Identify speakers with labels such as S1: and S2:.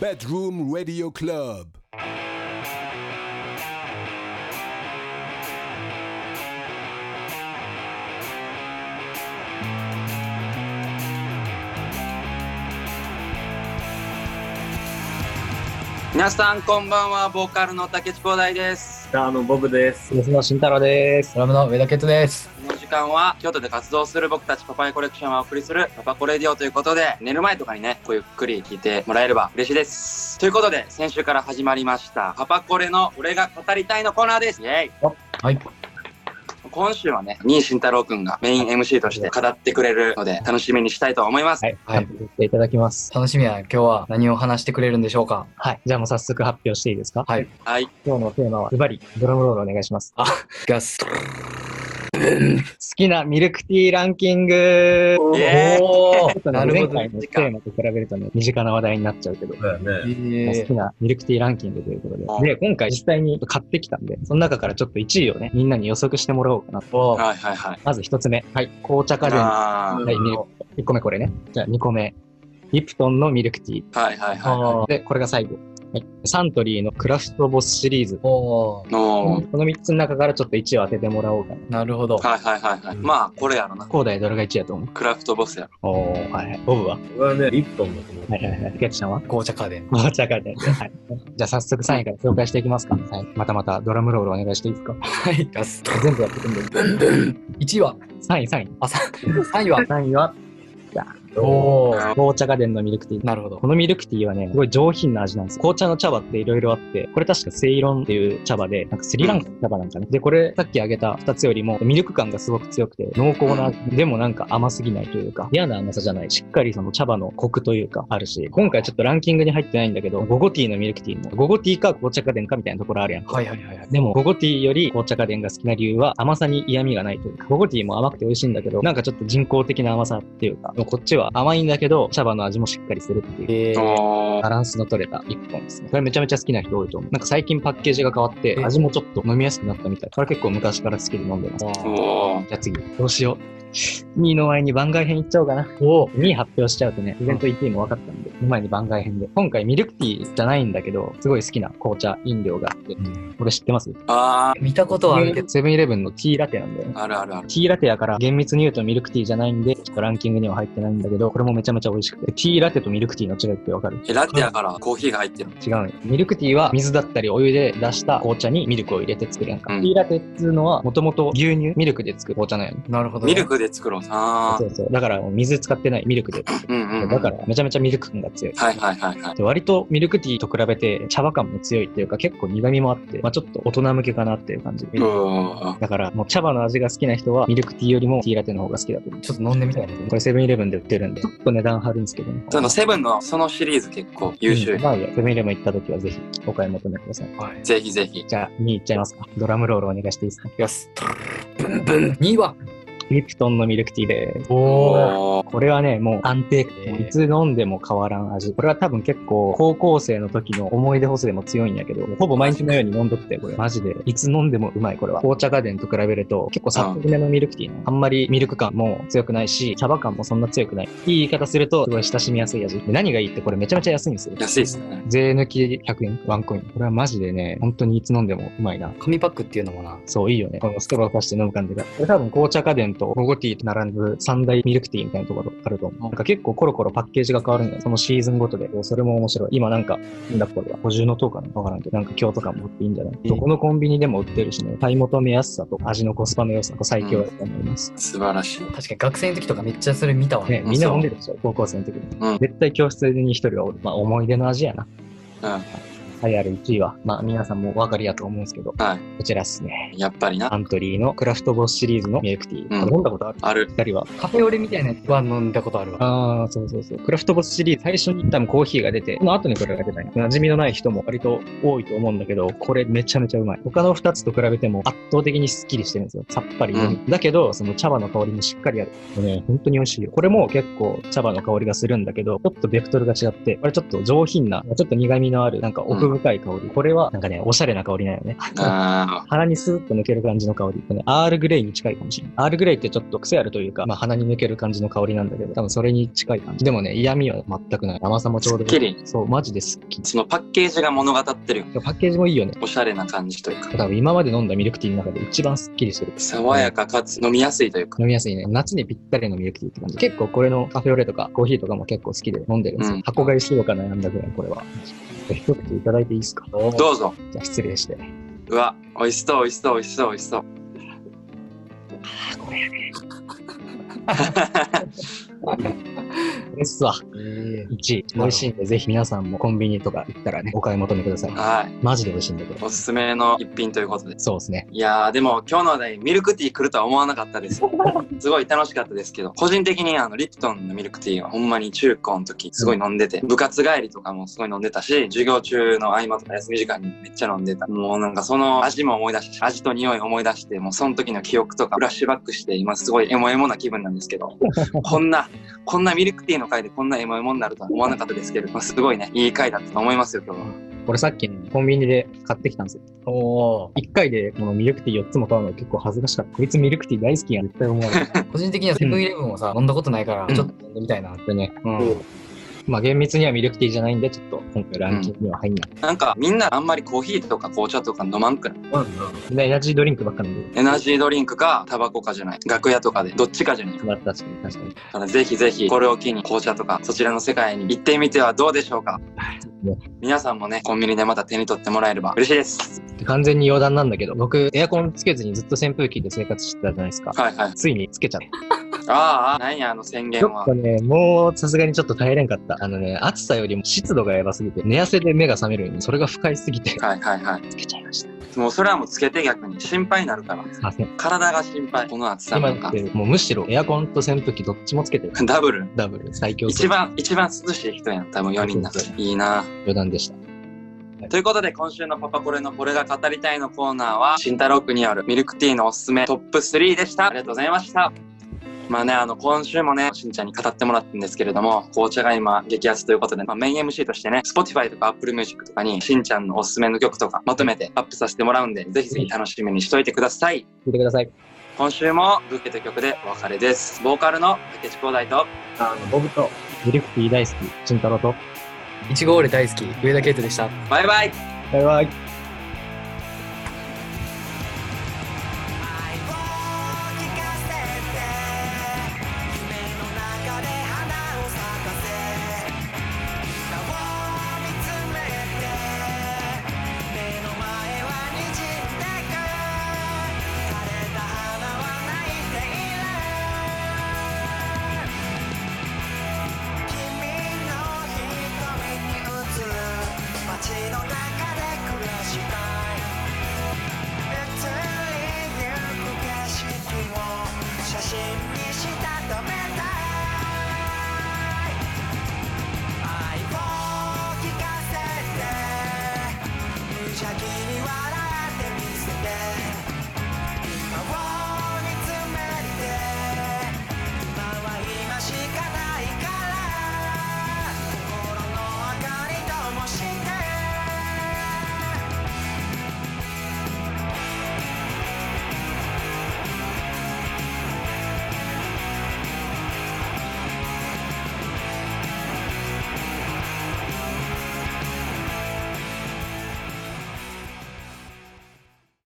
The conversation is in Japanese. S1: Bedroom Radio Club.
S2: 皆さんこんばんはボーカルの竹内光大です
S3: ターのボブです。
S4: 吉野慎太郎です。ドラムの上田健人です。
S2: この時間は京都で活動する僕たちパパイコレクションをお送りするパパコレディオということで寝る前とかにねこうゆっくり聞いてもらえれば嬉しいですということで先週から始まりましたパパコレの俺が語りたいのコーナーですイェイ
S4: はい。
S2: 今週はね新慎太郎くんがメイン MC として語ってくれるので楽しみにしたいと思います
S5: はい、
S4: はい
S5: 発表していただきます。
S4: 楽しみや。今日は何を話してくれるんでしょうか
S5: はい、じゃあもう早速発表していいですか
S4: はい。
S2: はい
S5: 今日のテーマは、ズバリ、ドラムロールお願いします。好
S4: ガス。
S5: きなミルクティーランキング
S2: イエーイ
S4: おー
S5: ちょっとね
S4: なる
S5: 前
S4: ほど。
S5: 回のテーマと比べるとね、身近な話題になっちゃうけど、
S3: だよね。
S5: まあ好
S4: え
S5: きなミルクティーランキングということで
S2: あ、
S5: で、今回実際に買ってきたんで、その中からちょっと1位をね、みんなに予測してもらおうかなと。
S2: はいはいはい
S5: まず1つ目、はい、紅茶家電。は
S2: あ
S5: い、ミルク。1個目これね。じゃあ2個目、リプトンのミルクティー。
S2: ーはいはいは
S4: ー
S5: で、これが最後。はい、サントリーのクラフトボスシリーズ。
S4: おー
S2: いの
S5: この3つの中からちょっと1位を当ててもらおうかな。
S4: なるほど。
S2: はいはいはいはいまあこれやろな
S5: 高台どれが1位やと思う
S2: クラフトボスやろ
S5: おー、はいはい。ボブは
S3: 僕はね、リプトンだと思う。
S5: はいはいはい。ケチちゃんは
S4: 紅茶家電。
S5: 紅茶家電で。はい。じゃあ早速3位から紹介していきますか。はい。またまたドラムロールお願いしていいですか
S4: はい。ガス。
S5: 全部やってくんで。
S4: 1位は
S5: 3位、3位。
S4: あ、3位は
S5: 3位は
S4: おー
S5: 紅茶家電のミルクティー。
S4: なるほど
S5: こ。のミルクティーはね、すごい上品な味なんですよ。紅茶の茶葉っていろいろあって、これ確かセイロンっていう茶葉で、なんかスリランカの茶葉なんかね。で、これさっきあげた2つよりもミルク感がすごく強くて、濃厚な味、でもなんか甘すぎないというか、嫌な甘さじゃない。しっかりその茶葉のコクというかあるし、今回ちょっとランキングに入ってないんだけど、ゴゴティーのミルクティーも、ゴゴティーか紅茶家電かみたいなところあるやん。
S4: はいはいはいはい。
S5: でも、ゴゴティーより紅茶家電が好きな理由は甘さに嫌味がないというか、ゴゴティーも甘くて美味しいんだけど、なんかちょっと人工的な甘さっていうか、でもこっちは甘いんだけど、茶葉の味もしっかりするっていう。
S4: えー、
S2: おー
S5: バランスの取れた一本ですね。これめちゃめちゃ好きな人多いと思う。なんか最近パッケージが変わって、
S4: え
S5: 味もちょっと飲みやすくなったみたい。これ結構昔から好きで飲んでます。
S2: おー
S5: じゃあ次、どうしよう。2位の前に番外編いっちゃおうかな。お2位発表しちゃうとね、イベント1位も分かったんで、その前に番外編で。今回ミルクティーじゃないんだけど、すごい好きな紅茶飲料があって、これ知ってます
S2: あ
S4: 見たことはあるけど。
S5: セブンイレブンのティーラテなんだよね。
S2: ーあるあるある
S5: ティーラテやから厳密に言うとミルクティーじゃないんで、ちょっとランキングには入ってないんだけど、これもめちゃめちゃ美味しくて。ティーラテとミルクティーの違いってわかる
S2: えラテやからコーヒーが入ってる
S5: 違うんよミルクティーは水だったりお湯で出した紅茶にミルクを入れて作るやんか。
S2: うん
S5: ティーラテっていうのはもともと牛乳、ミルクで作る紅茶なんやね
S4: なるほどね。
S2: ミルクで作ろうあ
S5: そうそう。だからもう水使ってないミルクで作
S2: ーうんうんう
S5: る。
S2: ん
S5: だからめちゃめちゃミルク感が強い。
S2: はいはいはいはい
S5: で割とミルクティーと比べて茶葉感も強いっていうか結構苦味もあって、まあちょっと大人向けかなっていう感じ。
S2: うん
S5: だからもう茶葉の味が好きな人はミルクティーよりもティーラテの方が好きだと思う。
S4: ちょっと飲んでみたいな。
S5: これセブンイレブンで売ってるんで、ちょっと値段張るんですけどね。
S2: そのセブンのそのシリーズ結構優秀、
S5: うんまあいいやセブンイレブン行った時はぜひお買い求めください。
S4: はい。
S2: ぜひぜひ
S5: じゃあ、2位いっちゃいますか。ドラムロールお願いしていいですか。
S4: ガス。ブンブン。2位は
S5: リプトンのミルクティーです。
S4: おー。
S2: おー
S5: これはね、もう安定
S4: え
S5: 感。
S4: ー
S5: いつ飲んでも変わらん味。これは多分結構高校生の時の思い出補正も強いんやけど、ほぼ毎日のように飲んどくて、これ。マジで。いつ飲んでもうまい、これは。紅茶ガーデンと比べると、結構さっぱりめのミルクティーなのあんまりミルク感も強くないし、茶葉感もそんな強くない。いい言い方すると、すごい親しみやすい味。で何がいいってこれめちゃめちゃ安いんですよ。
S2: 安いですね
S5: 税抜き100円、ワンコイン。これはマジでね、本当にいつ飲んでもうまいな。
S4: 紙パックっていうのもな。
S5: そう、いいよね。このストローを出して飲む感じが。これ多分紅茶家電とゴゴティーと並ぶ三大ミルクティーみたいなところあると思う。なんか結構コロコロパッケージが変わるんだよ。そのシーズンごとで。それも面白い。今なんか、なんだこれは。五重の塔かなわからんけど、なんか今日とかも売っていいんじゃない、
S4: えー
S5: どこのコンビニでも売ってるしね。買い求めやすさと味のコスパの良さが最強だと思います。
S2: 素晴らしい
S4: 確かに学生の時とかめっちゃそれ見たわ。
S5: ね、
S2: うん
S5: みんな飲んでるでしょ高校生の時に、
S2: うん
S5: 絶対教室に一人はおる。まあ思い出の味やな。
S2: うん
S5: 栄えある1位は、まあ皆さんもお分かりやと思うんですけど、こ
S2: は
S5: ちらっすね。
S2: いやっぱりな
S5: アントリーのクラフトボスシリーズのミルクティー。
S2: うん
S5: 飲んだことある
S2: ある
S5: 二人は。
S4: カフェオレみたいなやつは飲んだことあるわ。
S5: ああ、そうそうそう。クラフトボスシリーズ、最初に多分コーヒーが出て、その後にこれが出たんや馴染みのない人も割と多いと思うんだけど、これめちゃめちゃうまい。他の2つと比べても圧倒的にスッキリしてるんですよ。さっぱり。
S2: うん
S5: だけど、その茶葉の香りもしっかりある。もうね、本当に美味しいよ。これも結構茶葉の香りがするんだけど、ちょっとベクトルが違って、これちょっと上品な、ちょっと苦味のある、なんか奥深い香り。これは、なんかね、おしゃれな香りなの ね。
S2: あ
S5: 鼻にスーッと抜ける感じの香り。ねアールグレイに近いかもしれない。アールグレイってちょっと癖あるというか、まあ鼻に抜ける感じの香りなんだけど、多分それに近い感じ。でもね、嫌味は全くない。甘さもちょうどいい
S2: すっきり
S5: そう、マジですっき
S2: ーそのパッケージが物語ってるよね
S5: り。パッケージもいいよね。
S2: おしゃれな感じというか
S5: 多分今まで飲んだミルクティーの中で一番すっきりする。
S2: 爽やかかつ飲みやすいというか
S5: 飲みやすいね。夏にぴったりのミルクティーって感じ。結構これのカフェオレとかコーヒーとかも結構好きで飲んでるんですよ。
S2: うん
S5: 箱買いしようか悩んだぐらい、これは。一口いただいていいですか
S2: どうぞ
S5: じゃあ失礼して。
S2: うわ美味しそう美味しそう美味しそう美味しそう
S5: これっすわ。1位。美味しいんで、ぜひ皆さんもコンビニとか行ったらね、お買い求めください。
S2: はい
S5: マジで美味しいんだけど。
S2: おすすめの一品ということで
S5: そうですね。
S2: いやーでも今日の話題ミルクティー来るとは思わなかったですすごい楽しかったですけど個人的にあのリプトンのミルクティーはほんまに中高の時すごい飲んでて部活帰りとかもすごい飲んでたし授業中の合間とか休み時間にめっちゃ飲んでたもうなんかその味も思い出して味と匂い思い出してもうその時の記憶とかフラッシュバックして今すごいエモエモな気分なんですけどこんなこんなミルクティーの回でこんなエモエモになるとは思わなかったですけど、まあ、すごいねいい回だったと思いますよ今日は
S5: これさっきねコンビニで買ってきたんですよ。
S4: おー
S5: 1回でこのミルクティー4つも買うの結構恥ずかしかった。こいつミルクティー大好きやん。絶対思わない。
S4: 個人的にはセブンイレブンをさ、飲んだことないか
S2: う
S4: ら、
S2: ん
S4: ちょっと飲んでみたいな。
S5: でね。
S4: うん。
S5: まあ厳密にはミルクティーじゃないんで、ちょっと今回ランキングには入んない。
S2: なんかみんなあんまりコーヒーとか紅茶とか飲まんくらい
S5: みんなエナジードリンクばっかなんで。
S2: エナジードリンクか、タバコかじゃない。楽屋とかで、どっちかじゃない。
S5: まあ確かに確かに。
S2: ただぜひぜひ、これを機に紅茶とか、そちらの世界に行ってみてはどうでしょうか
S5: ね。
S2: 皆さんもね、コンビニでまた手に取ってもらえれば嬉しいです。
S5: で完全に余談なんだけど、僕エアコンつけずにずっと扇風機で生活してたじゃないですか。
S2: はいはい。
S5: ついにつけちゃった。
S2: ああ、なんや、あの宣
S5: ち
S2: 言
S5: ょっ
S2: は
S5: と。ね、もうさすがにちょっと耐えれんかった。あのね、暑さよりも湿度がやばすぎて、寝汗で目が覚めるように、それが不快すぎて、
S2: はいはいは
S5: つけちゃいました。
S2: い。もうそれはもうつけて逆に心配になるから。
S5: すいません。
S2: 体が心配。この暑さ
S5: 今
S2: と
S5: っ
S2: か。
S5: て、もうむしろエアコンと扇風機どっちもつけてる。
S2: ダブル。
S5: ダブル、最強
S2: 一番、一番涼しい人やん。多分4人だ
S5: そうそう
S2: いいな
S5: 余談でした。
S2: ということで今週のパパコレのこれが語りたいのコーナーは慎太郎君によるミルクティーのおすすめトップ3でしたありがとうございましたまあねあの今週もねしんちゃんに語ってもらったんですけれども紅茶が今激安ということで、まあ、メイン MC としてね Spotify とか Apple Music とかにしんちゃんのおすすめの曲とかまとめてアップさせてもらうんでぜひぜひ楽しみにしといてください
S5: 聞いてください。
S2: 今週もブーケという曲でお別れですボーカルの竹内光大と
S3: あの、ボブと、
S5: ミルクティー大好き、慎太郎と。
S4: いちごオーレ大好き、上田圭人でした。
S2: バイバイ
S5: バイバイ。